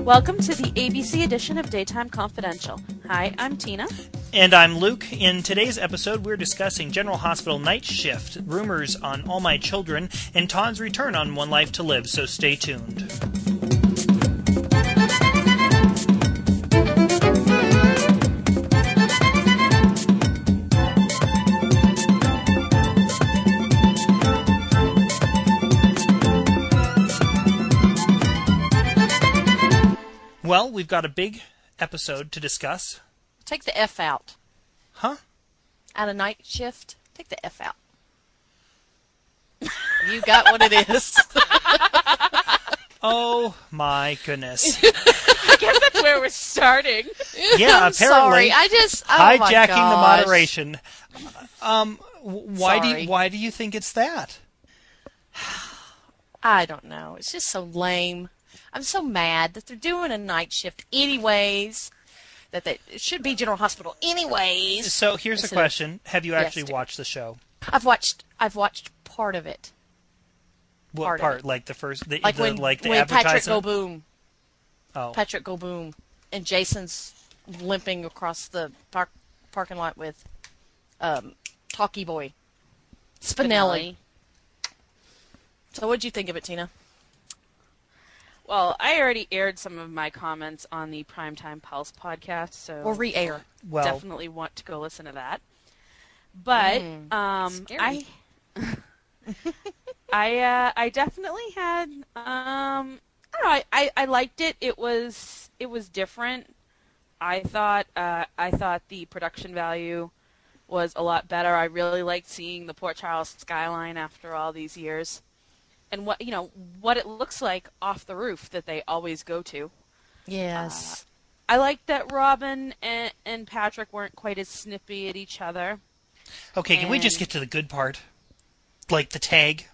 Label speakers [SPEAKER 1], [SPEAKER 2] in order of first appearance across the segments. [SPEAKER 1] Welcome to the ABC edition of Daytime Confidential. Hi, I'm Tina.
[SPEAKER 2] And I'm Luke. In today's episode, we're discussing General Hospital Night Shift, rumors on All My Children, and Todd's return on One Life to Live, so stay tuned. Well, we've got a big episode to discuss.
[SPEAKER 1] Take the F out.
[SPEAKER 2] Huh?
[SPEAKER 1] Out of night shift, take the F out.
[SPEAKER 3] You got what it is.
[SPEAKER 2] Oh my goodness.
[SPEAKER 1] I guess that's where we're starting.
[SPEAKER 2] Yeah, apparently
[SPEAKER 3] I'm sorry. I just oh my
[SPEAKER 2] hijacking the
[SPEAKER 3] gosh.
[SPEAKER 2] moderation. Um, w- why do
[SPEAKER 3] Sorry.
[SPEAKER 2] you, why do you think it's that?
[SPEAKER 3] I don't know. It's just so lame. I'm so mad that they're doing a night shift anyways. That they, it should be General Hospital anyways.
[SPEAKER 2] So here's a
[SPEAKER 3] Listen.
[SPEAKER 2] question: Have you
[SPEAKER 3] Yes,
[SPEAKER 2] actually
[SPEAKER 3] dear.
[SPEAKER 2] watched the show?
[SPEAKER 3] I've watched. I've watched part of it.
[SPEAKER 2] What
[SPEAKER 3] Part
[SPEAKER 2] part?
[SPEAKER 3] of it.
[SPEAKER 2] Like the first, the,
[SPEAKER 3] Like
[SPEAKER 2] the
[SPEAKER 3] when
[SPEAKER 2] like the
[SPEAKER 3] when Patrick Go
[SPEAKER 2] advertisement.
[SPEAKER 3] Boom,
[SPEAKER 2] oh,
[SPEAKER 3] Patrick Go Boom, and Jason's limping across the park parking lot with um, Talkie Boy Spinelli.
[SPEAKER 1] Spinelli.
[SPEAKER 3] So what'd you think of it, Tina?
[SPEAKER 1] Well, I already aired some of my comments on the Primetime Pulse podcast, so
[SPEAKER 3] Or re-air?
[SPEAKER 2] well,
[SPEAKER 1] definitely want to go listen to that. But um,
[SPEAKER 3] scary.
[SPEAKER 1] I, I, uh, I definitely had. Um, I don't know. I, I, I liked it. It was it was different. I thought uh, I thought the production value was a lot better. I really liked seeing the Port Charles skyline after all these years, and what you know what it looks like off the roof that they always go to.
[SPEAKER 3] Yes.
[SPEAKER 1] I like that Robin and, and Patrick weren't quite as snippy at each other.
[SPEAKER 2] okay. Can we just
[SPEAKER 1] and-
[SPEAKER 2] get to the good part? Like the tag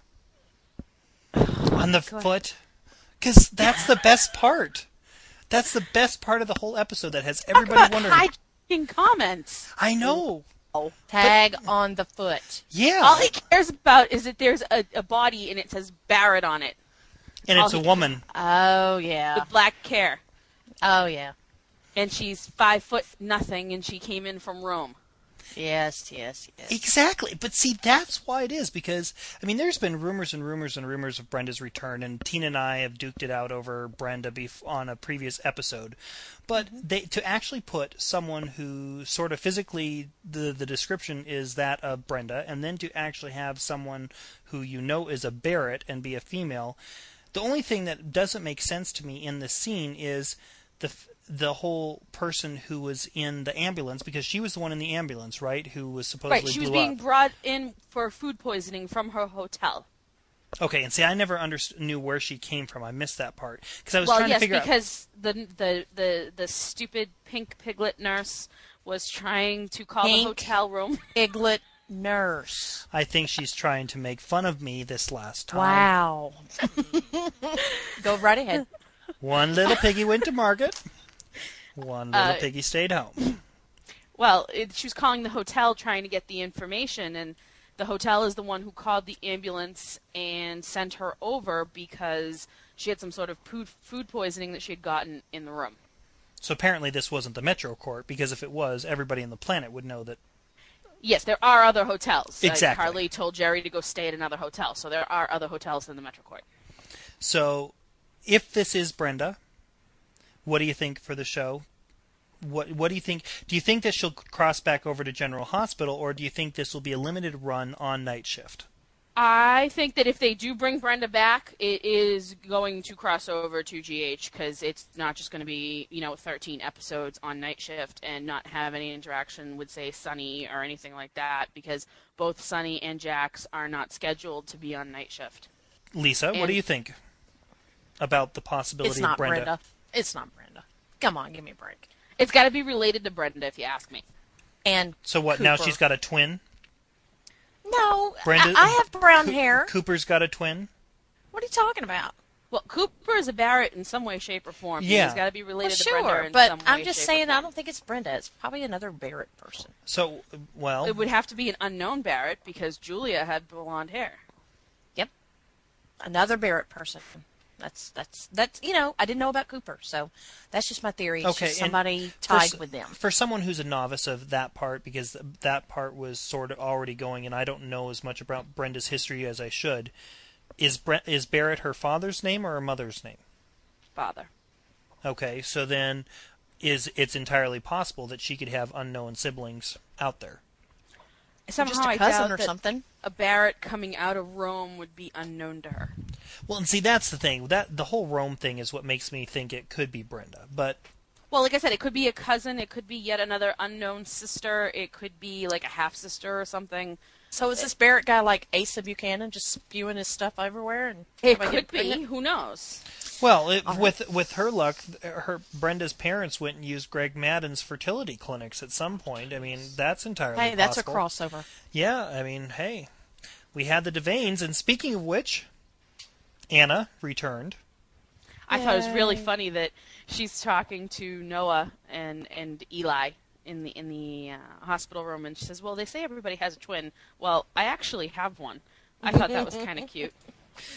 [SPEAKER 2] on the foot, because that's the best part. That's the best part of the whole episode that has everybody
[SPEAKER 1] But
[SPEAKER 2] wondering.
[SPEAKER 1] hiking comments.
[SPEAKER 2] I know.
[SPEAKER 3] Uh, Tag on the foot.
[SPEAKER 2] Yeah.
[SPEAKER 1] All he cares about is that there's a, a body and it says Barrett on it
[SPEAKER 2] and it's
[SPEAKER 1] all
[SPEAKER 2] a
[SPEAKER 1] he-
[SPEAKER 2] woman.
[SPEAKER 3] Oh
[SPEAKER 1] with
[SPEAKER 3] yeah.
[SPEAKER 1] black hair,
[SPEAKER 3] Oh yeah.
[SPEAKER 1] and she's five foot nothing, and she came in from Rome.
[SPEAKER 3] Yes, yes, yes.
[SPEAKER 2] Exactly. But see, that's why it is because I mean, there's been rumors and rumors and rumors of Brenda's return, and Tina and I have duked it out over Brenda bef- on a previous episode. But they to actually put someone who sort of physically the the description is that of Brenda, and then to actually have someone who you know is a Barrett and be a female. The only thing that doesn't make sense to me in this scene is the f- the whole person who was in the ambulance because she was the one in the ambulance, right? Who was supposedly
[SPEAKER 1] Right, she
[SPEAKER 2] blew
[SPEAKER 1] was being
[SPEAKER 2] up.
[SPEAKER 1] brought in for food poisoning from her hotel.
[SPEAKER 2] Okay, and see, I never understood knew where she came from. I missed that part because I was
[SPEAKER 1] Well,
[SPEAKER 2] trying
[SPEAKER 1] yes,
[SPEAKER 2] to figure out.
[SPEAKER 1] because the, the the the stupid pink piglet nurse was trying to call the
[SPEAKER 3] Pink.
[SPEAKER 1] hotel room.
[SPEAKER 3] Piglet nurse.
[SPEAKER 2] I think she's trying to make fun of me this last time.
[SPEAKER 3] Wow. Go right ahead.
[SPEAKER 2] One little piggy went to market. One little
[SPEAKER 1] Uh,
[SPEAKER 2] piggy stayed home.
[SPEAKER 1] Well, it, she was calling the hotel trying to get the information, and the hotel is the one who called the ambulance and sent her over because she had some sort of food, food poisoning that she had gotten in the room.
[SPEAKER 2] So apparently, this wasn't the Metro Court because if it was, everybody on the planet would know that.
[SPEAKER 1] Yes, there are other hotels. Like,
[SPEAKER 2] Exactly.
[SPEAKER 1] Carly told Jerry to go stay at another hotel, so there are other hotels than the Metro Court.
[SPEAKER 2] So, if this is Brenda, what do you think for the show? What What do you think? Do you think that she'll cross back over to General Hospital, or do you think this will be a limited run on night shift?
[SPEAKER 1] I think that if they do bring Brenda back, it is going to cross over to GH because it's not just going to be you know 13 episodes on night shift and not have any interaction with say Sunny or anything like that because both Sunny and Jax are not scheduled to be on night shift.
[SPEAKER 2] Lisa, what
[SPEAKER 1] And-
[SPEAKER 2] do you think about the possibility
[SPEAKER 3] It's not
[SPEAKER 2] of Brenda?
[SPEAKER 3] Brenda. It's not Brenda. Come on, give me a break.
[SPEAKER 1] It's got to be related to Brenda if you ask me.
[SPEAKER 3] And
[SPEAKER 2] So what? Now
[SPEAKER 3] Cooper.
[SPEAKER 2] she's got a twin.
[SPEAKER 3] No,
[SPEAKER 2] Brenda-
[SPEAKER 3] I, I have brown
[SPEAKER 2] Coo-
[SPEAKER 3] hair.
[SPEAKER 2] Cooper's got a twin.
[SPEAKER 3] What are you talking about?
[SPEAKER 1] Well, Cooper is a Barrett in some way, shape, or form.
[SPEAKER 2] Yeah.
[SPEAKER 1] he's got to be related
[SPEAKER 3] Well,
[SPEAKER 1] to Brenda
[SPEAKER 3] sure,
[SPEAKER 1] in some
[SPEAKER 3] but
[SPEAKER 1] way,
[SPEAKER 3] I'm just
[SPEAKER 1] shape, or
[SPEAKER 3] saying
[SPEAKER 1] form.
[SPEAKER 3] I don't think it's Brenda. It's probably another Barrett person.
[SPEAKER 2] So well,
[SPEAKER 1] It would have to be an unknown Barrett because Julia had blonde hair.
[SPEAKER 3] Yep. Another Barrett person. That's that's that's you know I didn't know about Cooper, so that's just my theory. It's
[SPEAKER 2] Okay,
[SPEAKER 3] just
[SPEAKER 2] and
[SPEAKER 3] somebody
[SPEAKER 2] for
[SPEAKER 3] tied
[SPEAKER 2] s-
[SPEAKER 3] with them.
[SPEAKER 2] For someone who's a novice of that part, because th- that part was sort of already going, and I don't know as much about Brenda's history as I should. Is Bre- is Barrett her father's name or her mother's name?
[SPEAKER 1] Father.
[SPEAKER 2] Okay, so then, is it's entirely possible that she could have unknown siblings out there?
[SPEAKER 1] Somehow
[SPEAKER 3] just a
[SPEAKER 1] I
[SPEAKER 3] cousin
[SPEAKER 1] doubt
[SPEAKER 3] or
[SPEAKER 1] that
[SPEAKER 3] something.
[SPEAKER 1] A Barrett coming out of Rome would be unknown to her.
[SPEAKER 2] Well, and see, that's the thing. That the whole Rome thing is what makes me think it could be Brenda. But
[SPEAKER 1] Well, like I said, it could be a cousin. It could be yet another unknown sister. It could be like a half sister or something.
[SPEAKER 3] So is this Barrett guy like Asa Buchanan, just spewing his stuff everywhere? And
[SPEAKER 1] It
[SPEAKER 3] everybody
[SPEAKER 1] could
[SPEAKER 3] getting
[SPEAKER 1] be.
[SPEAKER 3] pregnant?
[SPEAKER 1] Who knows?
[SPEAKER 2] well, it, with with her luck, th- her Brenda's parents went and used Greg Madden's fertility clinics at some point. I mean, that's entirely
[SPEAKER 3] Hey, that's a
[SPEAKER 2] possible.
[SPEAKER 3] crossover.
[SPEAKER 2] Yeah, I mean, hey, we had the Devanes, and speaking of which, Anna returned.
[SPEAKER 1] I thought it was really
[SPEAKER 3] Yay.
[SPEAKER 1] funny that she's talking to Noah and and Eli in the in the uh, hospital room, and she says, "Well, they say everybody has a twin. Well, I actually have one." I thought that was kind of cute.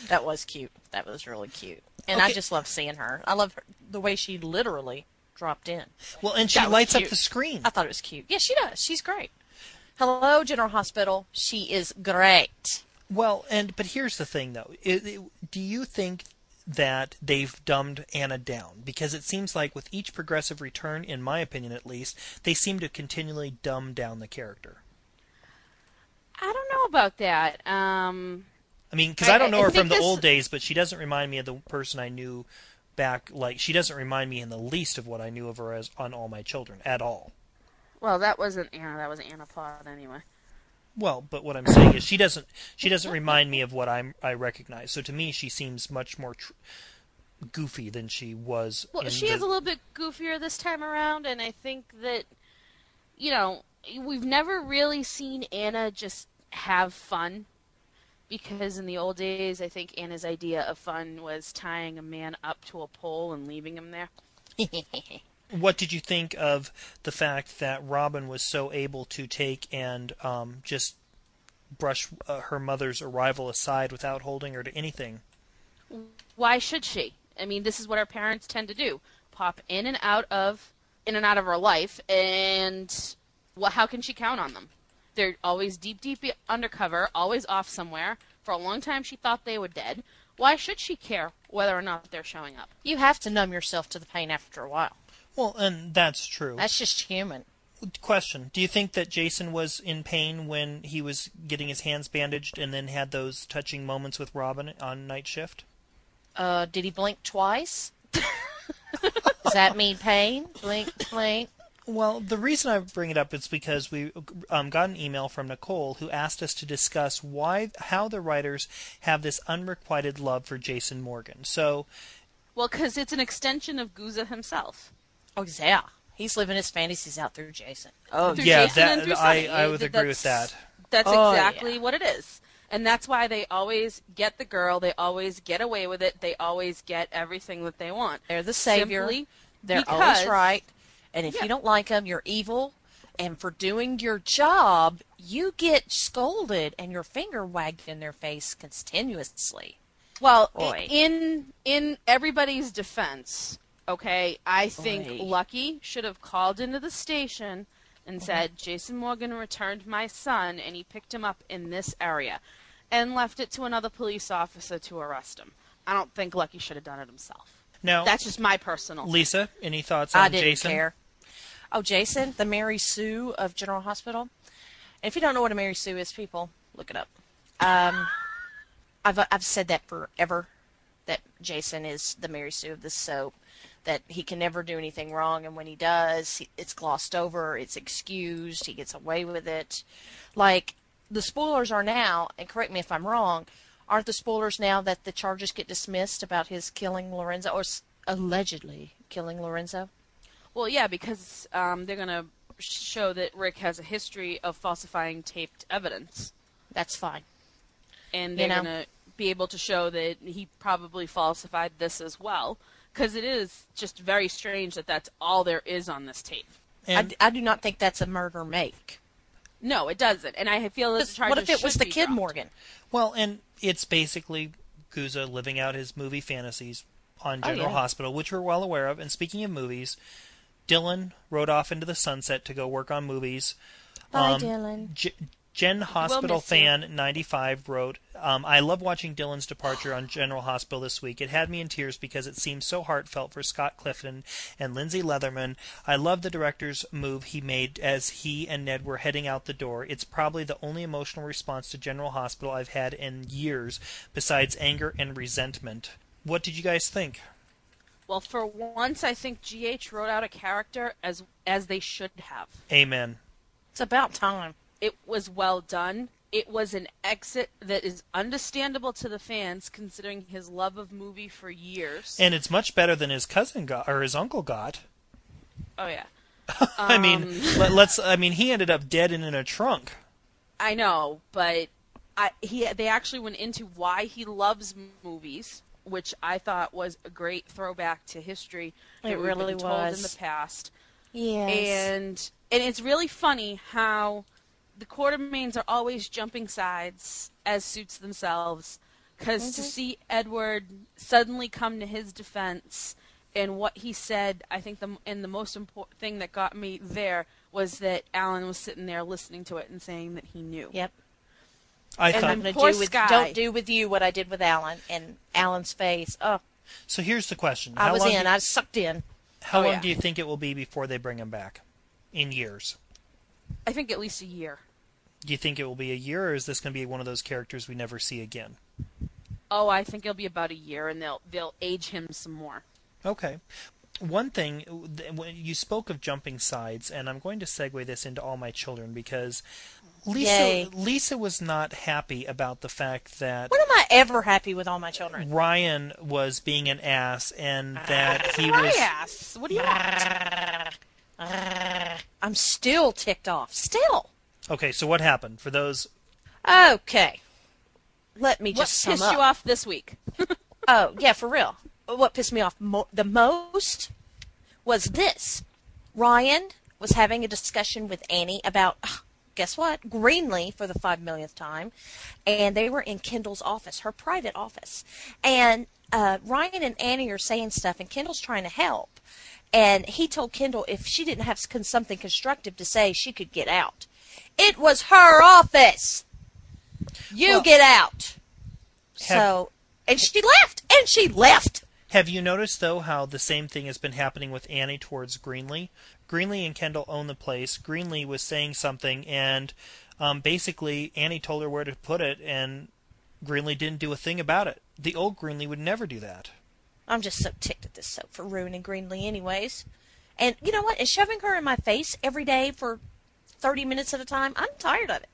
[SPEAKER 3] That was cute. That was really cute. And I
[SPEAKER 2] Okay.
[SPEAKER 3] just love seeing her. I love her, the way she literally dropped in.
[SPEAKER 2] Well, and she
[SPEAKER 3] That was
[SPEAKER 2] lights up
[SPEAKER 3] cute.
[SPEAKER 2] the screen.
[SPEAKER 3] I thought it was cute. Yeah, she does. She's great. Hello, General Hospital. She is great.
[SPEAKER 2] Well, and but here's the thing, though. It, it- do you think that they've dumbed Anna down? Because it seems like with each progressive return, in my opinion at least, they seem to continually dumb down the character.
[SPEAKER 1] I don't know about that. Um,
[SPEAKER 2] I mean, because
[SPEAKER 1] I-
[SPEAKER 2] I, don't
[SPEAKER 1] I-
[SPEAKER 2] know
[SPEAKER 1] I
[SPEAKER 2] her from
[SPEAKER 1] think
[SPEAKER 2] the
[SPEAKER 1] this-
[SPEAKER 2] old days, but she doesn't remind me of the person I knew back. Like she doesn't remind me in the least of what I knew of her as on All My Children at all.
[SPEAKER 1] well, that wasn't Anna. That was Anna Pod anyway.
[SPEAKER 2] Well, but what I'm saying is she doesn't she doesn't remind me of what I'm I recognize. So to me, she seems much more tr- goofy than she was.
[SPEAKER 1] Well,
[SPEAKER 2] in
[SPEAKER 1] she
[SPEAKER 2] the,
[SPEAKER 1] is a little bit goofier this time around, and I think that, you know, we've never really seen Anna just have fun. Because in the old days, I think Anna's idea of fun was tying a man up to a pole and leaving him there.
[SPEAKER 2] What did you think of the fact that Robin was so able to take and um, just brush uh, her mother's arrival aside without holding her to anything?
[SPEAKER 1] Why should she? I mean, this is what our parents tend to do: pop in and out of, in and out of her life, and well, how can she count on them? They're always deep, deep undercover, always off somewhere. For a long time, she thought they were dead. Why should she care whether or not they're showing up?
[SPEAKER 3] You have to numb yourself to the pain after a while.
[SPEAKER 2] Well, and that's true.
[SPEAKER 3] That's just human.
[SPEAKER 2] Question: Do you think that Jason was in pain when he was getting his hands bandaged and then had those touching moments with Robin on night shift?
[SPEAKER 3] Uh, did he blink twice? Does that mean pain? Blink, blink.
[SPEAKER 2] Well, the reason I bring it up is because we um, got an email from Nicole who asked us to discuss why, how the writers have this unrequited love for Jason Morgan. So,
[SPEAKER 1] Well, because it's an extension of Guza himself.
[SPEAKER 3] Oh yeah, he's living his fantasies out through Jason. Oh
[SPEAKER 1] Through
[SPEAKER 2] yeah,
[SPEAKER 1] Jason
[SPEAKER 2] that-
[SPEAKER 1] and through
[SPEAKER 2] I-
[SPEAKER 1] Sonny.
[SPEAKER 2] I would agree with
[SPEAKER 1] That's-
[SPEAKER 2] that.
[SPEAKER 1] That's
[SPEAKER 3] Oh,
[SPEAKER 1] exactly
[SPEAKER 3] yeah.
[SPEAKER 1] what it is. And that's why they always get the girl, they always get away with it, they always get everything that they want.
[SPEAKER 3] They're the savior.
[SPEAKER 1] Simply
[SPEAKER 3] They're
[SPEAKER 1] because-
[SPEAKER 3] always right. And if
[SPEAKER 1] Yeah.
[SPEAKER 3] you don't like them, you're evil. And for doing your job, you get scolded and your finger wagged in their face continuously.
[SPEAKER 1] Well, i-
[SPEAKER 3] Boy.
[SPEAKER 1] in in everybody's defense, okay, I think
[SPEAKER 3] Boy.
[SPEAKER 1] Lucky should have called into the station and
[SPEAKER 3] Mm-hmm.
[SPEAKER 1] said, "Jason Morgan returned my son, and he picked him up in this area," and left it to another police officer to arrest him. I don't think Lucky should have done it himself.
[SPEAKER 2] now,
[SPEAKER 1] That's just my personal.
[SPEAKER 2] Lisa, any thoughts
[SPEAKER 3] I
[SPEAKER 2] on
[SPEAKER 3] didn't
[SPEAKER 2] Jason?
[SPEAKER 3] care. Oh, Jason, the Mary Sue of General Hospital. If you don't know what a Mary Sue is, people, look it up. Um, I've I've said that forever, that Jason is the Mary Sue of this soap, that he can never do anything wrong, and when he does, he, it's glossed over, it's excused, he gets away with it. Like the spoilers are now, and correct me if I'm wrong, aren't the spoilers now that the charges get dismissed about his killing Lorenzo or s- allegedly killing Lorenzo?
[SPEAKER 1] Well, yeah, because um, they're gonna show that Rick has a history of falsifying taped evidence.
[SPEAKER 3] That's fine.
[SPEAKER 1] and
[SPEAKER 3] You
[SPEAKER 1] they're
[SPEAKER 3] know?
[SPEAKER 1] going to be able to show that he probably falsified this as well because it is just very strange that that's all there is on this tape
[SPEAKER 3] I,
[SPEAKER 2] And
[SPEAKER 3] d- I do not think that's a murder make.
[SPEAKER 1] no it doesn't and i feel that the
[SPEAKER 3] What
[SPEAKER 1] charges
[SPEAKER 3] if it was
[SPEAKER 1] should
[SPEAKER 3] the
[SPEAKER 1] be
[SPEAKER 3] kid
[SPEAKER 1] dropped.
[SPEAKER 3] Morgan?
[SPEAKER 2] Well, and it's basically Yakuza living out his movie fantasies on
[SPEAKER 3] Oh,
[SPEAKER 2] General
[SPEAKER 3] yeah.
[SPEAKER 2] Hospital, which we're well aware of. And speaking of movies, Dylan rode off into the sunset to go work on movies.
[SPEAKER 3] Bye,
[SPEAKER 2] Um,
[SPEAKER 3] Dylan.
[SPEAKER 2] G- Gen Hospital
[SPEAKER 1] miss you.
[SPEAKER 2] Fan 95 wrote, um, I love watching Dylan's departure on General Hospital this week. It had me in tears because it seemed so heartfelt for Scott Clifton and Lindsay Leatherman. I love the director's move he made as he and Ned were heading out the door. It's probably the only emotional response to General Hospital I've had in years, besides anger and resentment. What did you guys think?
[SPEAKER 1] Well, for once, I think GH wrote out a character as as they should have.
[SPEAKER 2] Amen.
[SPEAKER 3] It's about time.
[SPEAKER 1] It was well done. It was an exit that is understandable to the fans, considering his love of movie for years.
[SPEAKER 2] And it's much better than his cousin got, or his uncle got.
[SPEAKER 1] oh yeah,
[SPEAKER 2] I mean,
[SPEAKER 3] Um,
[SPEAKER 2] let, let's. I mean, he ended up dead and in a trunk.
[SPEAKER 1] I know, but I, he they actually went into why he loves m- movies, which I thought was a great throwback to history.
[SPEAKER 3] It
[SPEAKER 1] that we've
[SPEAKER 3] really
[SPEAKER 1] been told in
[SPEAKER 3] was.
[SPEAKER 1] the past.
[SPEAKER 3] Yes.
[SPEAKER 1] and and it's really funny how the quartermains are always jumping sides as suits themselves because
[SPEAKER 3] Mm-hmm.
[SPEAKER 1] to see edward suddenly come to his defense and what he said i think the m- and the most important thing that got me there was that alan was sitting there listening to it and saying that he knew
[SPEAKER 3] yep.
[SPEAKER 2] I
[SPEAKER 1] And
[SPEAKER 2] thought.
[SPEAKER 1] I'm-
[SPEAKER 3] gonna
[SPEAKER 1] Poor
[SPEAKER 3] do with
[SPEAKER 1] Sky.
[SPEAKER 3] don't do with you what I did with Alan and Alan's face. Oh,
[SPEAKER 2] so here's the question:
[SPEAKER 3] I
[SPEAKER 2] How
[SPEAKER 3] was
[SPEAKER 2] long?
[SPEAKER 3] in.
[SPEAKER 2] do-
[SPEAKER 3] I was sucked in.
[SPEAKER 2] how
[SPEAKER 1] Oh,
[SPEAKER 2] long
[SPEAKER 1] yeah.
[SPEAKER 2] do you think it will be before they bring him back? In years,
[SPEAKER 1] i think at least a year
[SPEAKER 2] do you think it will be a year, or is this going to be one of those characters we never see again?
[SPEAKER 1] oh i think it'll be about a year and they'll they'll age him some more
[SPEAKER 2] Okay. One thing, th- when you spoke of jumping sides, and I'm going to segue this into all my children because Lisa
[SPEAKER 3] Yay.
[SPEAKER 2] Lisa was not happy about the fact that
[SPEAKER 3] When am I ever happy with all my children?
[SPEAKER 2] Ryan was being an ass and
[SPEAKER 3] Ah,
[SPEAKER 2] that he was.
[SPEAKER 1] yes what do you want
[SPEAKER 3] I'm still ticked off. Still.
[SPEAKER 2] Okay, so what happened for those?
[SPEAKER 3] Okay. Let me
[SPEAKER 1] what
[SPEAKER 3] just sum
[SPEAKER 1] pissed
[SPEAKER 3] up.
[SPEAKER 1] you off this week
[SPEAKER 3] Oh, yeah, for real. What pissed me off mo- the most was this. Ryan was having a discussion with Annie about, ugh, guess what? Greenlee for the five millionth time. And they were in Kendall's office, her private office. And uh, Ryan and Annie are saying stuff, and Kendall's trying to help. And he told Kendall if she didn't have con- something constructive to say, she could get out. It was her office. You
[SPEAKER 2] Well-
[SPEAKER 3] get out.
[SPEAKER 2] Have-
[SPEAKER 3] So, and she left, and she left.
[SPEAKER 2] Have you noticed though how the same thing has been happening with Annie towards Greenlee? Greenlee and Kendall own the place. Greenlee was saying something, and um, basically Annie told her where to put it, and Greenlee didn't do a thing about it. The old Greenlee would never do that.
[SPEAKER 3] I'm just so ticked at this soap for ruining Greenlee, anyways. And you know what? And shoving her in my face every day for 30 minutes at a time, I'm tired of it.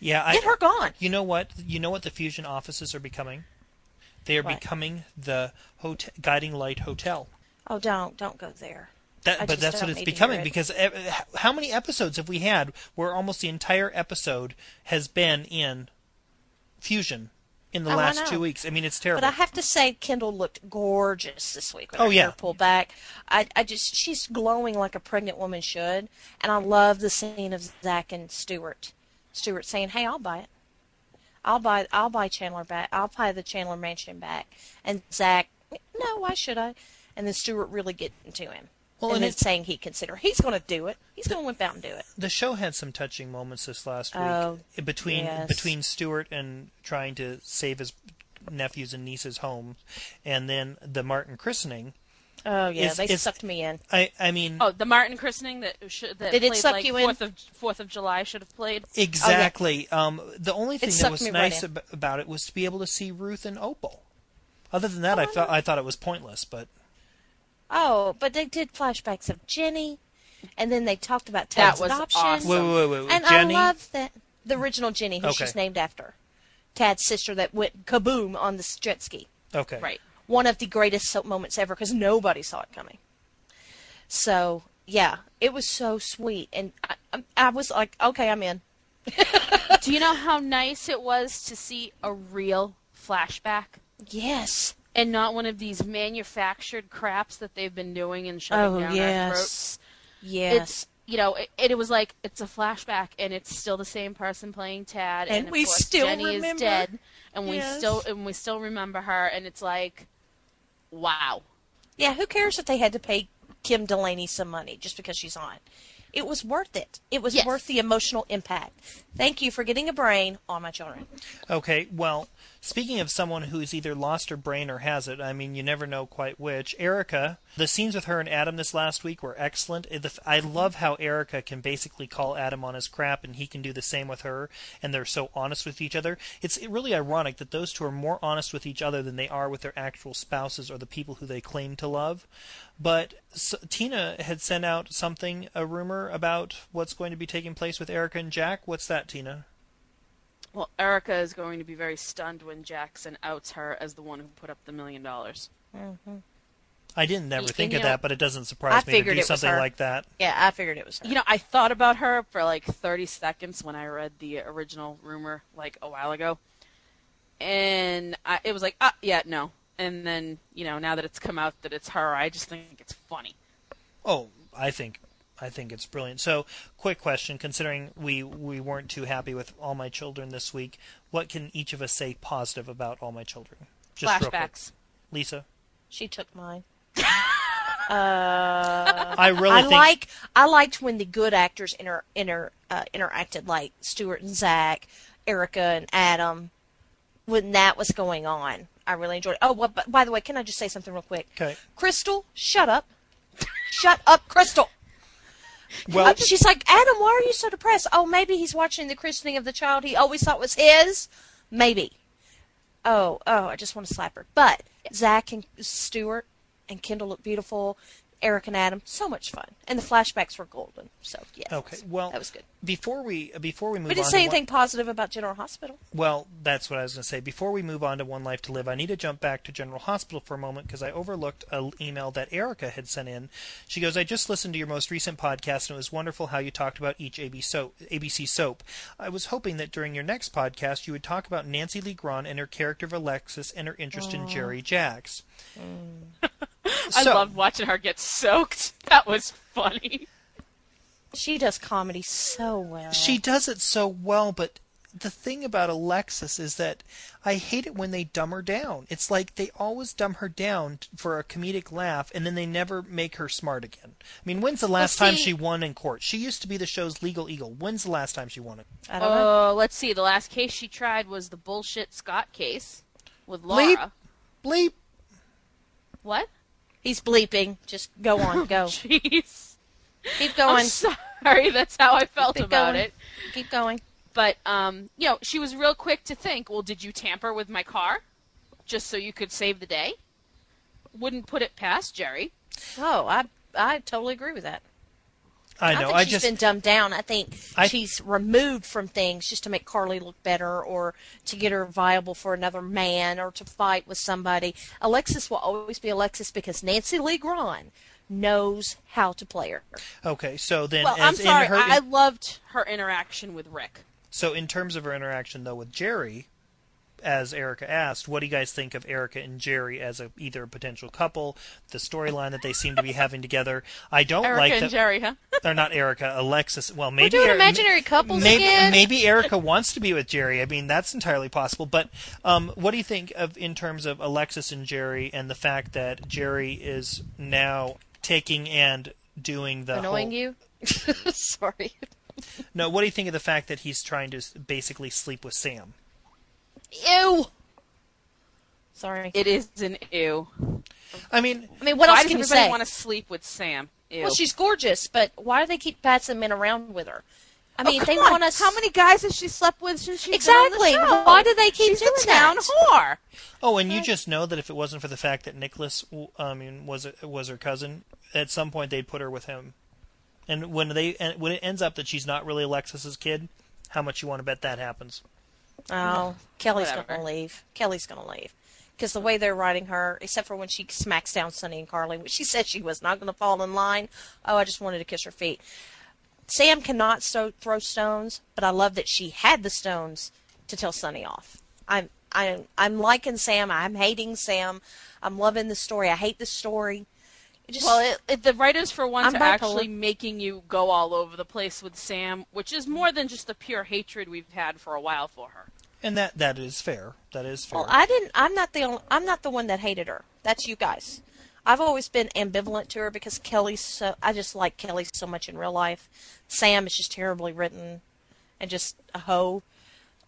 [SPEAKER 2] Yeah, I,
[SPEAKER 3] Get her gone.
[SPEAKER 2] You know what? You know what the fusion offices are becoming? They are
[SPEAKER 3] What?
[SPEAKER 2] becoming the hotel, Guiding Light Hotel.
[SPEAKER 3] Oh, don't, don't go there.
[SPEAKER 2] That,
[SPEAKER 3] I
[SPEAKER 2] but
[SPEAKER 3] just
[SPEAKER 2] that's what
[SPEAKER 3] don't
[SPEAKER 2] it's
[SPEAKER 3] need to
[SPEAKER 2] becoming
[SPEAKER 3] hear it.
[SPEAKER 2] because ev- h- how many episodes have we had where almost the entire episode has been in fusion in the
[SPEAKER 3] Oh, I
[SPEAKER 2] last
[SPEAKER 3] know.
[SPEAKER 2] two weeks? I mean, it's terrible.
[SPEAKER 3] But I have to say, Kendall looked gorgeous this week. With
[SPEAKER 2] Oh,
[SPEAKER 3] her
[SPEAKER 2] yeah.
[SPEAKER 3] hair pulled back. I, I just, she's glowing like a pregnant woman should. And I love the scene of Zach and Stewart. Stewart saying, "Hey, I'll buy it. I'll buy, I'll buy Chandler back. I'll buy the Chandler Mansion back." And Zach, "No, why should I?" And then Stewart really getting to him.
[SPEAKER 2] Well,
[SPEAKER 3] and,
[SPEAKER 2] and
[SPEAKER 3] then
[SPEAKER 2] it-
[SPEAKER 3] saying he consider he's going to do it. He's going to whip out and do it.
[SPEAKER 2] the show had some touching moments this last week
[SPEAKER 3] Oh,
[SPEAKER 2] between
[SPEAKER 3] yes.
[SPEAKER 2] between Stewart and trying to save his nephews and nieces' home, and then the Martin christening.
[SPEAKER 3] Oh yeah,
[SPEAKER 2] It's-
[SPEAKER 3] they
[SPEAKER 2] it's-
[SPEAKER 3] sucked me in.
[SPEAKER 2] I I mean
[SPEAKER 1] Oh, the Martin christening that should that
[SPEAKER 3] Did it
[SPEAKER 1] played
[SPEAKER 3] suck
[SPEAKER 1] like
[SPEAKER 3] you in?
[SPEAKER 1] Fourth of Fourth of July should have played.
[SPEAKER 2] exactly. Um, the only thing that
[SPEAKER 3] sucked
[SPEAKER 2] was
[SPEAKER 3] me right
[SPEAKER 2] nice
[SPEAKER 3] in.
[SPEAKER 2] ab- about it was to be able to see Ruth and Opal. Other than that, I
[SPEAKER 3] Oh, I
[SPEAKER 2] thought I thought it was pointless, but.
[SPEAKER 3] Oh, but they did flashbacks of Jenny, and then they talked about
[SPEAKER 1] That
[SPEAKER 3] Tad's
[SPEAKER 1] was
[SPEAKER 3] adoption.
[SPEAKER 1] awesome.
[SPEAKER 2] Wait, wait, wait, wait.
[SPEAKER 3] And
[SPEAKER 2] Jenny?
[SPEAKER 3] I love that the original Jenny, who she's
[SPEAKER 2] Okay.
[SPEAKER 3] named after, Tad's sister that went kaboom on the jet ski.
[SPEAKER 2] Okay.
[SPEAKER 1] Right.
[SPEAKER 3] One of the greatest soap moments ever because nobody saw it coming. So yeah, it was so sweet, and I, I, I was like, okay, I'm in.
[SPEAKER 1] Do you know how nice it was to see a real flashback
[SPEAKER 3] Yes.
[SPEAKER 1] and not one of these manufactured craps that they've been doing and shoving
[SPEAKER 3] Oh,
[SPEAKER 1] down our
[SPEAKER 3] yes.
[SPEAKER 1] throats?
[SPEAKER 3] Yes.
[SPEAKER 1] It's you know, it, it was like it's a flashback, and it's still the same person playing Tad,
[SPEAKER 3] And
[SPEAKER 1] and, of
[SPEAKER 3] we
[SPEAKER 1] course
[SPEAKER 3] still
[SPEAKER 1] Jenny
[SPEAKER 3] remember.
[SPEAKER 1] is dead, and
[SPEAKER 3] Yes.
[SPEAKER 1] we still and we still remember her, and it's like, wow,
[SPEAKER 3] Yeah, who cares if they had to pay Kim Delaney some money just because she's on? It was worth it. It was
[SPEAKER 1] Yes.
[SPEAKER 3] worth the emotional impact. Thank you for getting a brain on my children.
[SPEAKER 2] Okay, well, speaking of someone who's either lost her brain or has it, I mean, you never know quite which. Erica, the scenes with her and Adam this last week were excellent. It- the- I love how Erica can basically call Adam on his crap, and he can do the same with her, and they're so honest with each other. It's really ironic that those two are more honest with each other than they are with their actual spouses or the people who they claim to love. But s Tina had sent out something, a rumor about what's going to be taking place with Erica and Jack. What's that, Tina?
[SPEAKER 1] Well, Erica is going to be very stunned when Jackson outs her as the one who put up the million dollars.
[SPEAKER 2] I didn't ever
[SPEAKER 1] You
[SPEAKER 2] think of
[SPEAKER 1] know,
[SPEAKER 2] that, but it doesn't surprise
[SPEAKER 3] I
[SPEAKER 2] me to
[SPEAKER 3] figured
[SPEAKER 2] do
[SPEAKER 3] it was
[SPEAKER 2] something
[SPEAKER 3] her.
[SPEAKER 2] like that.
[SPEAKER 3] Yeah, I figured it was her.
[SPEAKER 1] You know, I thought about her for like 30 seconds when I read the original rumor like a while ago. And I, it was like, ah, yeah, no. And then, you know, now that it's come out that it's her, I just think it's funny.
[SPEAKER 2] Oh, I think I think it's brilliant. So, quick question: considering we we weren't too happy with all my children this week, what can each of us say positive about all my children? real quick.
[SPEAKER 1] Flashbacks.
[SPEAKER 2] Lisa.
[SPEAKER 3] she took mine.
[SPEAKER 2] I really
[SPEAKER 3] I
[SPEAKER 2] think
[SPEAKER 3] like I liked when the good actors inter, inter uh, interacted, like Stuart and Zach, Erica and Adam. When that was going on, I really enjoyed. It. Oh, well, b- by the way, can I just say something real quick?
[SPEAKER 2] Okay.
[SPEAKER 3] Crystal, shut up, shut up, Crystal.
[SPEAKER 2] well,
[SPEAKER 3] She's like, Adam, why are you so depressed? Oh, maybe he's watching the christening of the child he always thought was his. Maybe. Oh, oh, I just want to slap her. But Zach and Stuart and Kendall look beautiful. Eric and Adam, so much fun. And the flashbacks were golden. So, yes.
[SPEAKER 2] okay. Well,
[SPEAKER 3] that was good.
[SPEAKER 2] Before we before we move
[SPEAKER 3] We didn't
[SPEAKER 2] on,
[SPEAKER 3] say
[SPEAKER 2] to one-
[SPEAKER 3] anything positive about General Hospital.
[SPEAKER 2] Well, that's what I was going to say. Before we move on to One Life to Live, I need to jump back to General Hospital for a moment because I overlooked an email that Erica had sent in. She goes, I just listened to your most recent podcast and it was wonderful how you talked about each AB soap, ABC soap. I was hoping that during your next podcast you would talk about Nancy Lee Gron and her character of Alexis and her interest in Jerry Jacks.
[SPEAKER 1] I
[SPEAKER 2] So-
[SPEAKER 1] loved watching her get soaked. That was funny.
[SPEAKER 3] She does comedy so well.
[SPEAKER 2] She does it so well, but the thing about Alexis is that I hate it when they dumb her down. It's like they always dumb her down t- for a comedic laugh, and then they never make her smart again. I mean, when's the last time
[SPEAKER 1] see-
[SPEAKER 2] she won in court? She used to be the show's legal eagle. When's the last time she won it?
[SPEAKER 3] I don't know.
[SPEAKER 1] Oh, let's see. The last case she tried was the bullshit Scott case with Laura.
[SPEAKER 2] Bleep. Bleep.
[SPEAKER 1] What?
[SPEAKER 3] He's bleeping. Just go on.
[SPEAKER 1] Oh.
[SPEAKER 3] Go.
[SPEAKER 1] Jeez.
[SPEAKER 3] Keep
[SPEAKER 1] I'm
[SPEAKER 3] going.
[SPEAKER 1] sorry. That's how I felt
[SPEAKER 3] Keep
[SPEAKER 1] about
[SPEAKER 3] going.
[SPEAKER 1] it.
[SPEAKER 3] Keep going.
[SPEAKER 1] But um, you know, she was real quick to think, well, did you tamper with my car just so you could save the day? Wouldn't put it past Jerry.
[SPEAKER 3] Oh, I, I totally agree with that.
[SPEAKER 2] I
[SPEAKER 3] I
[SPEAKER 2] know.
[SPEAKER 3] think
[SPEAKER 2] I
[SPEAKER 3] she's
[SPEAKER 2] just
[SPEAKER 3] been dumbed down. I think
[SPEAKER 2] I-
[SPEAKER 3] she's removed from things just to make Carly look better or to get her viable for another man or to fight with somebody. Alexis will always be Alexis because Nancy Lee Gron knows how to play her.
[SPEAKER 2] okay. So then,
[SPEAKER 1] Well,
[SPEAKER 2] as
[SPEAKER 1] I'm sorry.
[SPEAKER 2] in her,
[SPEAKER 1] I I loved her interaction with Rick.
[SPEAKER 2] so in terms of her interaction though with Jerry, as Erica asked, what do you guys think of Erica and Jerry as a, either a potential couple, the storyline that they seem to be having together? I don't
[SPEAKER 1] Erica
[SPEAKER 2] like
[SPEAKER 1] and
[SPEAKER 2] that.
[SPEAKER 1] Jerry, huh?
[SPEAKER 2] They're not Erica, Alexis. Well, maybe
[SPEAKER 3] doing
[SPEAKER 2] Eri-
[SPEAKER 3] imaginary couples
[SPEAKER 2] maybe,
[SPEAKER 3] again?
[SPEAKER 2] Maybe Erica wants to be with Jerry. I mean, that's entirely possible. But um, what do you think of in terms of Alexis and Jerry, and the fact that Jerry is now taking and doing the
[SPEAKER 3] Annoying
[SPEAKER 2] whole-
[SPEAKER 3] you? Sorry.
[SPEAKER 2] No, what do you think of the fact that he's trying to s- basically sleep with Sam?
[SPEAKER 3] Ew. Sorry.
[SPEAKER 1] It is an ew.
[SPEAKER 2] I mean,
[SPEAKER 3] I mean, what
[SPEAKER 1] Why
[SPEAKER 3] else
[SPEAKER 1] does
[SPEAKER 3] can you
[SPEAKER 1] everybody
[SPEAKER 3] say?
[SPEAKER 1] want to sleep with Sam? Ew.
[SPEAKER 3] Well, she's gorgeous, but why do they keep passing men around with her? I mean,
[SPEAKER 1] Oh,
[SPEAKER 3] they
[SPEAKER 1] come on.
[SPEAKER 3] want us.
[SPEAKER 1] How many guys has she slept with since she's
[SPEAKER 3] Exactly.
[SPEAKER 1] Been on the show?
[SPEAKER 3] Why do they keep
[SPEAKER 1] she's
[SPEAKER 3] doing
[SPEAKER 1] a town
[SPEAKER 3] that?
[SPEAKER 1] whore?
[SPEAKER 2] Oh, and you just know that if it wasn't for the fact that Nicholas, w- I mean, was was her cousin, at some point they'd put her with him. And when they and when it ends up that she's not really Alexis's kid, how much you want to bet that happens?
[SPEAKER 3] Oh, Kelly's
[SPEAKER 1] Whatever.
[SPEAKER 3] gonna leave. Kelly's gonna leave because the way they're writing her, except for when she smacks down Sonny and Carly, which she said she was not gonna fall in line. Oh, I just wanted to kiss her feet. Sam cannot so- throw stones, but I love that she had the stones to tell Sonny off. I'm I'm I'm liking Sam. I'm hating Sam. I'm loving the story. I hate the story. just
[SPEAKER 1] well, it, it, the writers for once
[SPEAKER 3] I'm
[SPEAKER 1] are
[SPEAKER 3] bipolar.
[SPEAKER 1] actually making you go all over the place with Sam, which is more than just the pure hatred we've had for a while for her.
[SPEAKER 2] And that that is fair. That is fair.
[SPEAKER 3] well, I didn't. I'm not the only, I'm not the one that hated her. That's you guys. I've always been ambivalent to her because Kelly's so. I just like Kelly so much in real life. Sam is just terribly written, and just a hoe.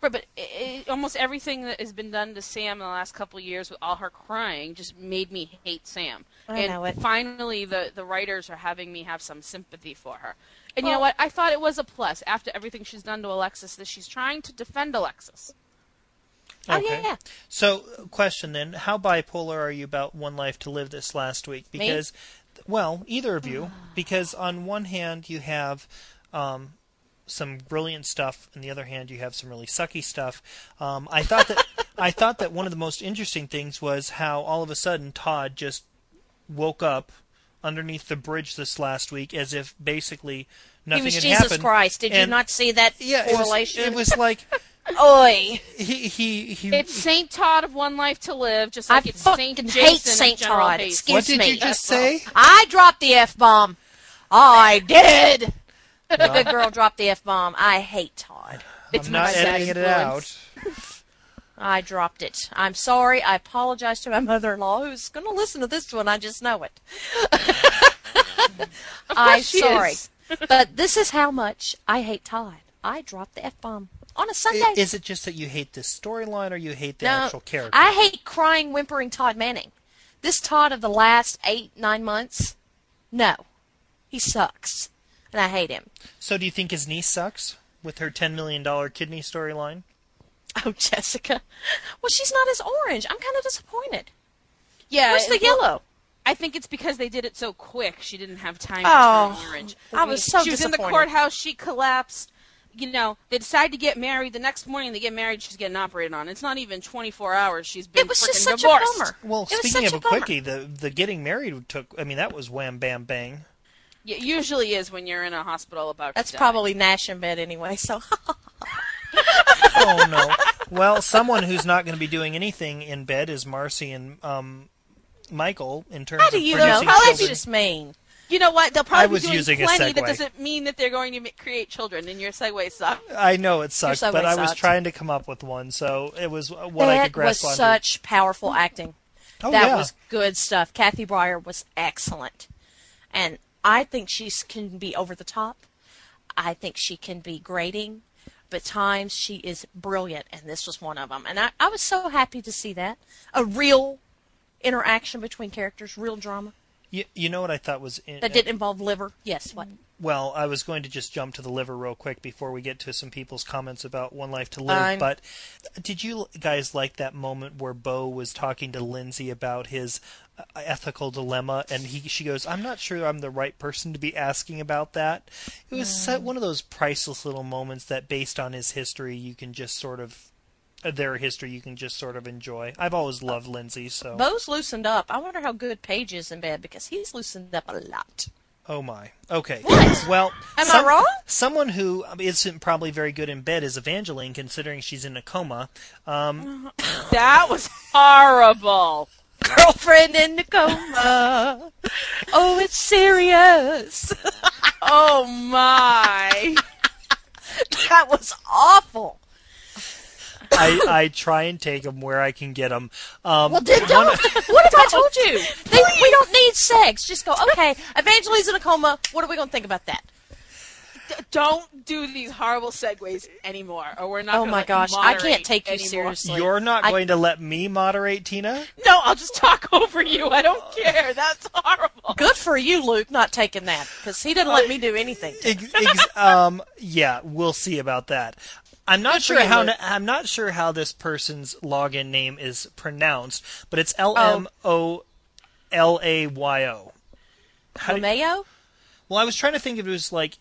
[SPEAKER 1] But, but i i almost everything that has been done to Sam in the last couple of years with all her crying just made me hate Sam.
[SPEAKER 3] I
[SPEAKER 1] and
[SPEAKER 3] know it.
[SPEAKER 1] finally, the, the writers are having me have some sympathy for her. And you know
[SPEAKER 3] Well-
[SPEAKER 1] what? I thought it was a plus after everything she's done to Alexis that she's trying to defend Alexis.
[SPEAKER 3] Oh
[SPEAKER 2] Okay.
[SPEAKER 3] yeah, yeah.
[SPEAKER 2] So, question then: How bipolar are you about "One Life to Live" this last week? Because, well, either of you,
[SPEAKER 3] Ah.
[SPEAKER 2] because on one hand you have um, some brilliant stuff, and the other hand you have some really sucky stuff. Um, I thought that I thought that one of the most interesting things was how all of a sudden Todd just woke up underneath the bridge this last week, as if basically nothing
[SPEAKER 3] he was
[SPEAKER 2] had
[SPEAKER 3] Jesus
[SPEAKER 2] happened.
[SPEAKER 3] Christ. Did
[SPEAKER 2] And-
[SPEAKER 3] you not see that
[SPEAKER 2] Yeah, it was-
[SPEAKER 3] correlation?
[SPEAKER 2] It was, like
[SPEAKER 3] Oi!
[SPEAKER 2] he he he.
[SPEAKER 1] It's Saint Todd of One Life to Live, just
[SPEAKER 3] I
[SPEAKER 1] like it's Saint
[SPEAKER 3] fucking
[SPEAKER 1] Jason
[SPEAKER 3] hate
[SPEAKER 1] of
[SPEAKER 3] Saint
[SPEAKER 1] General
[SPEAKER 3] Todd.
[SPEAKER 1] Hayes.
[SPEAKER 3] Excuse
[SPEAKER 2] what did
[SPEAKER 3] me.
[SPEAKER 2] you just say?
[SPEAKER 3] I dropped the f bomb. I did. The good girl dropped the f bomb. I hate Todd.
[SPEAKER 1] It's
[SPEAKER 2] I'm not
[SPEAKER 1] my bad
[SPEAKER 2] editing it
[SPEAKER 1] influence.
[SPEAKER 2] out.
[SPEAKER 3] I dropped it. I'm sorry. I apologize to my mother-in-law, who's going to listen to this one. I just know it. I'm
[SPEAKER 1] she
[SPEAKER 3] sorry,
[SPEAKER 1] is.
[SPEAKER 3] but this is how much I hate Todd. I dropped the f bomb on a Sunday.
[SPEAKER 2] I- Is it just that you hate this storyline, or you hate the actual character?
[SPEAKER 3] I hate crying, whimpering Todd Manning. This Todd of the last eight, nine months, no, he sucks, and I hate him.
[SPEAKER 2] So, do you think his niece sucks with her ten million dollar kidney storyline?
[SPEAKER 3] Oh, Jessica. Well, she's not as orange. I'm kind of disappointed.
[SPEAKER 1] Yeah,
[SPEAKER 3] Where's the
[SPEAKER 1] well,
[SPEAKER 3] yellow?
[SPEAKER 1] I think it's because they did it so quick. She didn't have time
[SPEAKER 3] Oh,
[SPEAKER 1] to turn orange.
[SPEAKER 3] I was so
[SPEAKER 1] She was in the
[SPEAKER 3] disappointed.
[SPEAKER 1] courthouse. She collapsed. You know, they decide to get married. The next morning, they get married. She's getting operated on. It's not even 24 hours. She's been
[SPEAKER 3] It was
[SPEAKER 1] frickin'
[SPEAKER 3] just such
[SPEAKER 1] divorced.
[SPEAKER 3] a bummer.
[SPEAKER 2] Well,
[SPEAKER 3] it was
[SPEAKER 2] speaking of
[SPEAKER 3] such
[SPEAKER 2] a,
[SPEAKER 3] bummer.
[SPEAKER 2] quickie, the the getting married took. I mean, that was wham bam bang.
[SPEAKER 1] It usually is when you're in a hospital about.
[SPEAKER 3] That's
[SPEAKER 1] to die.
[SPEAKER 3] probably Nash in bed anyway. So
[SPEAKER 2] Oh no. well, someone who's not going to be doing anything in bed is Marcy and um, Michael in terms
[SPEAKER 3] how do
[SPEAKER 2] of
[SPEAKER 3] you know?
[SPEAKER 2] producing
[SPEAKER 3] How that's
[SPEAKER 2] children.
[SPEAKER 3] just mean.
[SPEAKER 1] You know what? They'll probably
[SPEAKER 2] I was
[SPEAKER 1] be doing
[SPEAKER 2] using a
[SPEAKER 1] plenty. That
[SPEAKER 2] segue.
[SPEAKER 1] doesn't mean that they're going to ma- create children. And your segue sucks.
[SPEAKER 2] I know it sucked,
[SPEAKER 3] so
[SPEAKER 2] but I was
[SPEAKER 3] sucked.
[SPEAKER 2] trying to come up with one, so it was what I could
[SPEAKER 3] that was
[SPEAKER 2] grasp onto.
[SPEAKER 3] such powerful acting.
[SPEAKER 2] Oh,
[SPEAKER 3] that
[SPEAKER 2] yeah.
[SPEAKER 3] was good stuff. Kathy Breyer was excellent, and I think she s- can be over the top. I think she can be grating, but times she is brilliant, and this was one of them. And I, I was so happy to see that a real interaction between characters, real drama
[SPEAKER 2] You, you know what I thought was in,
[SPEAKER 3] that didn't involve liver. Yes, what?
[SPEAKER 2] Well, I was going to just jump to the liver real quick before we get to some people's comments about One Life to Live.
[SPEAKER 3] Fine.
[SPEAKER 2] But did you guys like that moment where Bo was talking to Lindsay about his uh, ethical dilemma, and he she goes, "I'm not sure I'm the right person to be asking about that." It was so- one of those priceless little moments that, based on his history, you can just sort of uh, their history, you can just sort of enjoy. I've always loved Lindsay, so
[SPEAKER 3] Bo's loosened up. I wonder how good Paige is in bed because he's loosened up a lot.
[SPEAKER 2] Oh my. Okay. Well,
[SPEAKER 3] Am I wrong?
[SPEAKER 2] Someone who isn't probably very good in bed is Evangeline, considering she's in a coma. Um,
[SPEAKER 1] That was horrible.
[SPEAKER 3] Girlfriend in the coma. oh, it's serious.
[SPEAKER 1] Oh my.
[SPEAKER 3] that was awful.
[SPEAKER 2] I, I try and take them where I can get them. Um,
[SPEAKER 3] Well, did
[SPEAKER 2] one-
[SPEAKER 3] don't. What have I told you? They, we don't need sex. Just go. Okay, Evangeline's in a coma. What are we gonna think about that?
[SPEAKER 1] Don't do these horrible segues anymore, or we're not.
[SPEAKER 3] Oh
[SPEAKER 1] gonna
[SPEAKER 3] my
[SPEAKER 1] let
[SPEAKER 3] gosh, I
[SPEAKER 1] moderate
[SPEAKER 3] can't take you
[SPEAKER 1] anymore.
[SPEAKER 3] seriously.
[SPEAKER 2] You're not
[SPEAKER 3] I-
[SPEAKER 2] going to let me moderate, Tina?
[SPEAKER 1] No, I'll just talk over you. I don't care. That's horrible.
[SPEAKER 3] Good for you, Luke, not taking that because he didn't let me do anything.
[SPEAKER 2] Ex- ex- um, yeah, we'll see about that. I'm not sure
[SPEAKER 3] you,
[SPEAKER 2] how
[SPEAKER 3] Luke.
[SPEAKER 2] I'm not sure how this person's login name is pronounced, but it's
[SPEAKER 3] Oh.
[SPEAKER 2] L M O L A Y O. How do-
[SPEAKER 3] Romeo.
[SPEAKER 2] Well, I was trying to think if it was like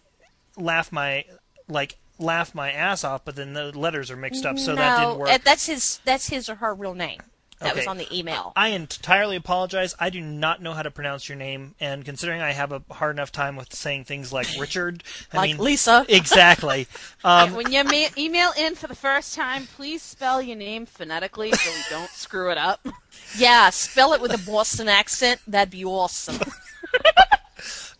[SPEAKER 2] laugh my like laugh my ass off, but then the letters are mixed up, so
[SPEAKER 3] no,
[SPEAKER 2] that didn't work.
[SPEAKER 3] uh, that's his. That's his or her real name. That was
[SPEAKER 2] Okay.
[SPEAKER 3] on the email.
[SPEAKER 2] I entirely apologize. I do not know how to pronounce your name, and considering I have a hard enough time with saying things like Richard, I
[SPEAKER 3] Like
[SPEAKER 2] mean,
[SPEAKER 3] Lisa.
[SPEAKER 2] exactly. Um,
[SPEAKER 1] when you ma- email in for the first time, please spell your name phonetically so we don't screw it up.
[SPEAKER 3] Yeah, spell it with a Boston accent. That'd be awesome.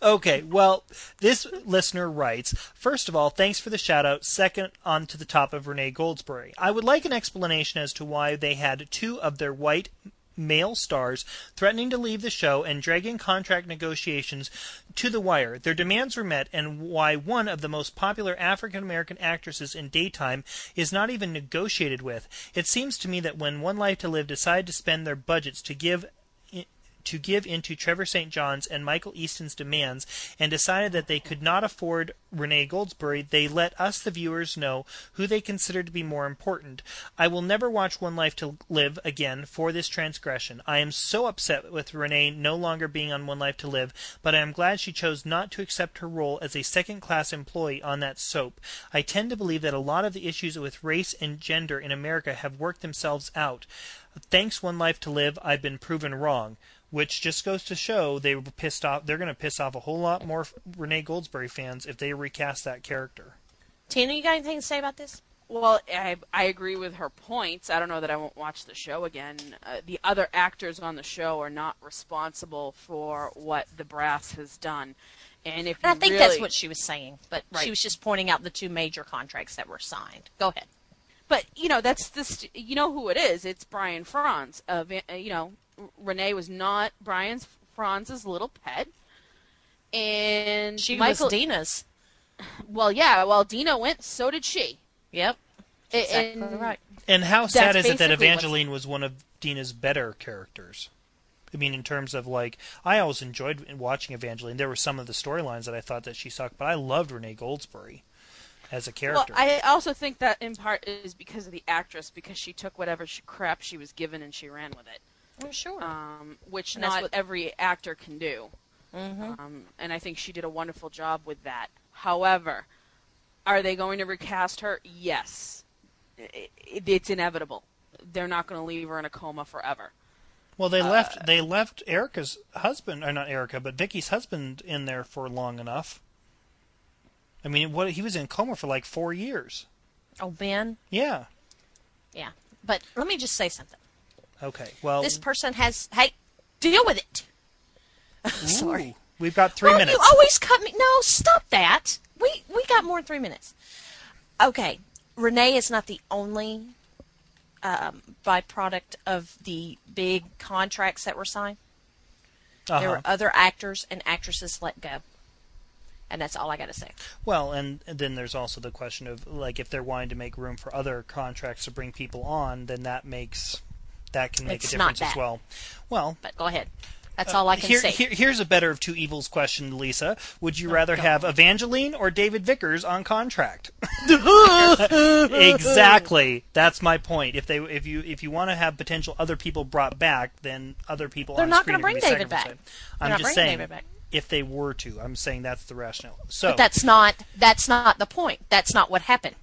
[SPEAKER 2] Okay, well, this listener writes First of all, thanks for the shout out. Second, on to the top of Renee Goldsberry. I would like an explanation as to why they had two of their white male stars threatening to leave the show and dragging contract negotiations to the wire. Their demands were met, and why one of the most popular African American actresses in daytime is not even negotiated with. It seems to me that when One Life to Live decided to spend their budgets to give to give in to Trevor St. John's and Michael Easton's demands and decided that they could not afford Renee Goldsberry, they let us, the viewers, know who they consider to be more important. I will never watch One Life to Live again for this transgression. I am so upset with Renee no longer being on One Life to Live, but I am glad she chose not to accept her role as a second class employee on that soap. I tend to believe that a lot of the issues with race and gender in America have worked themselves out. Thanks, One Life to Live, I've been proven wrong which just goes to show they were pissed off. They're going to piss off a whole lot more Renee Goldsberry fans if they recast that character.
[SPEAKER 3] Tina, you got anything to say about this?
[SPEAKER 1] Well, I, I agree with her points. I don't know that I won't watch the show again. Uh, the other actors on the show are not responsible for what the brass has done. And if
[SPEAKER 3] And I
[SPEAKER 1] you
[SPEAKER 3] think
[SPEAKER 1] really,
[SPEAKER 3] that's what she was saying, but
[SPEAKER 1] Right.
[SPEAKER 3] she was just pointing out the two major contracts that were signed. Go ahead.
[SPEAKER 1] but you know that's this you know who it is it's brian franz of uh, you know renee was not brian franz's little pet and
[SPEAKER 3] She
[SPEAKER 1] michael
[SPEAKER 3] was Dina's.
[SPEAKER 1] well yeah well dina went so did she
[SPEAKER 3] Yep.
[SPEAKER 1] A-
[SPEAKER 3] Exactly
[SPEAKER 1] and
[SPEAKER 3] right.
[SPEAKER 2] And how sad
[SPEAKER 1] That's
[SPEAKER 2] is it that
[SPEAKER 1] basically what's-
[SPEAKER 2] Evangeline was one of Dina's better characters? I mean, in terms of like, I always enjoyed watching Evangeline. There were some of the storylines that I thought that she sucked, but I loved Renee Goldsberry as a
[SPEAKER 1] well
[SPEAKER 2] character.
[SPEAKER 1] i also think that in part is because of the actress because she took whatever sh crap she was given and she ran with it
[SPEAKER 3] I'm Oh, sure.
[SPEAKER 1] um, which
[SPEAKER 3] And that's
[SPEAKER 1] not
[SPEAKER 3] what-
[SPEAKER 1] every actor can do. Um, and I think she did a wonderful job with that. However, are they going to recast her? Yes, I- i- it's inevitable. They're not going to leave her in a coma forever.
[SPEAKER 2] well,
[SPEAKER 3] Uh,
[SPEAKER 2] they left they left Erica's husband, or not Erica, but Vicky's husband in there for long enough. I mean, what he was in coma for like four years.
[SPEAKER 3] oh, Ben.
[SPEAKER 2] Yeah.
[SPEAKER 3] Yeah. But let me just say something.
[SPEAKER 2] Okay. Well,
[SPEAKER 3] This person has. Hey, deal with it.
[SPEAKER 2] Sorry. We've got three
[SPEAKER 3] Well,
[SPEAKER 2] minutes.
[SPEAKER 3] You always cut me. No, stop that. We we got more than three minutes. Okay, Renee is not the only um, byproduct of the big contracts that were signed. There
[SPEAKER 2] uh-huh.
[SPEAKER 3] were uh, other actors and actresses let go, and that's all I got to say.
[SPEAKER 2] Well, and then there's also the question of like if they're wanting to make room for other contracts to bring people on, then that makes that can make
[SPEAKER 3] It's
[SPEAKER 2] a
[SPEAKER 3] not
[SPEAKER 2] difference as
[SPEAKER 3] that.
[SPEAKER 2] well. Well,
[SPEAKER 3] But go ahead. That's all I can
[SPEAKER 2] here,
[SPEAKER 3] say.
[SPEAKER 2] here here's a better of two evils question, Lisa. Would
[SPEAKER 3] Oh,
[SPEAKER 2] you rather have Evangeline or David Vickers on contract? exactly. That's my point. If they if you if you want to have potential other people brought back, then other people
[SPEAKER 3] They're
[SPEAKER 2] on
[SPEAKER 3] not
[SPEAKER 2] screen
[SPEAKER 3] gonna
[SPEAKER 2] are gonna
[SPEAKER 3] bring
[SPEAKER 2] be
[SPEAKER 3] David
[SPEAKER 2] sacrificed.
[SPEAKER 3] back.
[SPEAKER 2] I'm
[SPEAKER 3] not
[SPEAKER 2] just
[SPEAKER 3] bringing
[SPEAKER 2] saying
[SPEAKER 3] David back.
[SPEAKER 2] if they were to, I'm saying that's the rationale. So
[SPEAKER 3] That's not that's not the point. That's not what happened.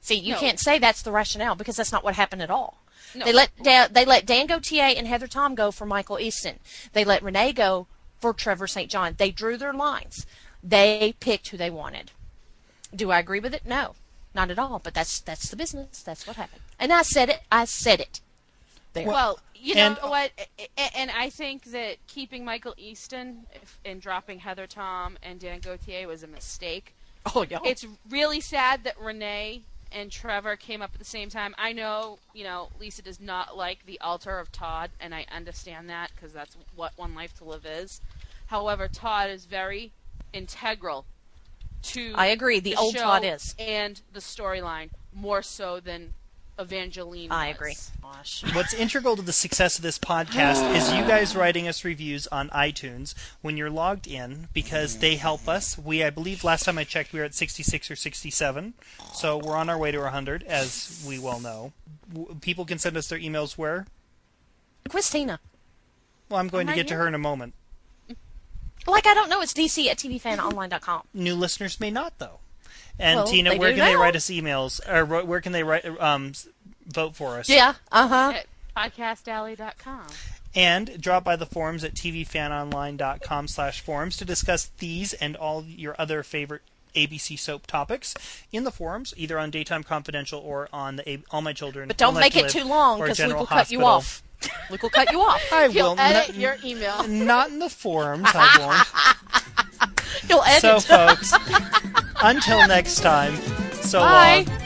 [SPEAKER 3] See, you
[SPEAKER 1] No.
[SPEAKER 3] can't say that's the rationale because that's not what happened at all.
[SPEAKER 1] No.
[SPEAKER 3] They let Dan, they let Dan Gautier and Heather Tom go for Michael Easton. They let Renee go for Trevor St. John. They drew their lines. They picked who they wanted. Do I agree with it? No, not at all. But that's that's the business. That's what happened. And I said it. I said it. There.
[SPEAKER 1] Well, you
[SPEAKER 2] and-
[SPEAKER 1] know what? A- a- And I think that keeping Michael Easton if- and dropping Heather Tom and Dan Gauthier was a mistake.
[SPEAKER 3] oh yeah.
[SPEAKER 1] it's really sad that Renee and Trevor came up at the same time. I know, you know, Lisa does not like the altar of Todd, and I understand that because that's what One Life to Live is. However, Todd is very integral to.
[SPEAKER 3] I agree. The old
[SPEAKER 1] show
[SPEAKER 3] Todd is.
[SPEAKER 1] and the storyline more so than Evangeline.
[SPEAKER 3] I
[SPEAKER 1] was.
[SPEAKER 3] agree. Gosh.
[SPEAKER 2] What's integral to the success of this podcast is you guys writing us reviews on iTunes when you're logged in because they help us. We, I believe, last time I checked, we were at 66 or 67, so we're on our way to 100, as we well know. W- people can send us their emails where?
[SPEAKER 3] Christina.
[SPEAKER 2] Well, I'm going
[SPEAKER 1] I'm
[SPEAKER 2] to
[SPEAKER 1] right
[SPEAKER 2] get to
[SPEAKER 1] here.
[SPEAKER 2] her in a moment.
[SPEAKER 3] Like I don't know. It's DC at tvfanonline.com.
[SPEAKER 2] New listeners may not, though. And
[SPEAKER 3] Well,
[SPEAKER 2] Tina,
[SPEAKER 3] they
[SPEAKER 2] where
[SPEAKER 3] do
[SPEAKER 2] can they
[SPEAKER 3] now.
[SPEAKER 2] write us emails, or wh- where can they write um, s- vote for us?
[SPEAKER 3] Yeah. Uh huh.
[SPEAKER 1] At podcastalley.com.
[SPEAKER 2] and drop by the forums at tvfanonline.com slash forums to discuss these and all your other favorite abc soap topics in the forums either on daytime confidential or on the A- all my children
[SPEAKER 3] But don't
[SPEAKER 2] All Night
[SPEAKER 3] make
[SPEAKER 2] to
[SPEAKER 3] it
[SPEAKER 2] Live
[SPEAKER 3] too long
[SPEAKER 2] or
[SPEAKER 3] because we
[SPEAKER 2] General
[SPEAKER 3] will cut you
[SPEAKER 2] Hospital.
[SPEAKER 3] off. Luke will cut you off.
[SPEAKER 2] I
[SPEAKER 4] He'll
[SPEAKER 2] will
[SPEAKER 4] edit
[SPEAKER 2] not,
[SPEAKER 4] your email.
[SPEAKER 2] not in the forums. I won't.
[SPEAKER 3] He'll edit.
[SPEAKER 2] So, folks, until next time, so
[SPEAKER 3] Bye.
[SPEAKER 2] long.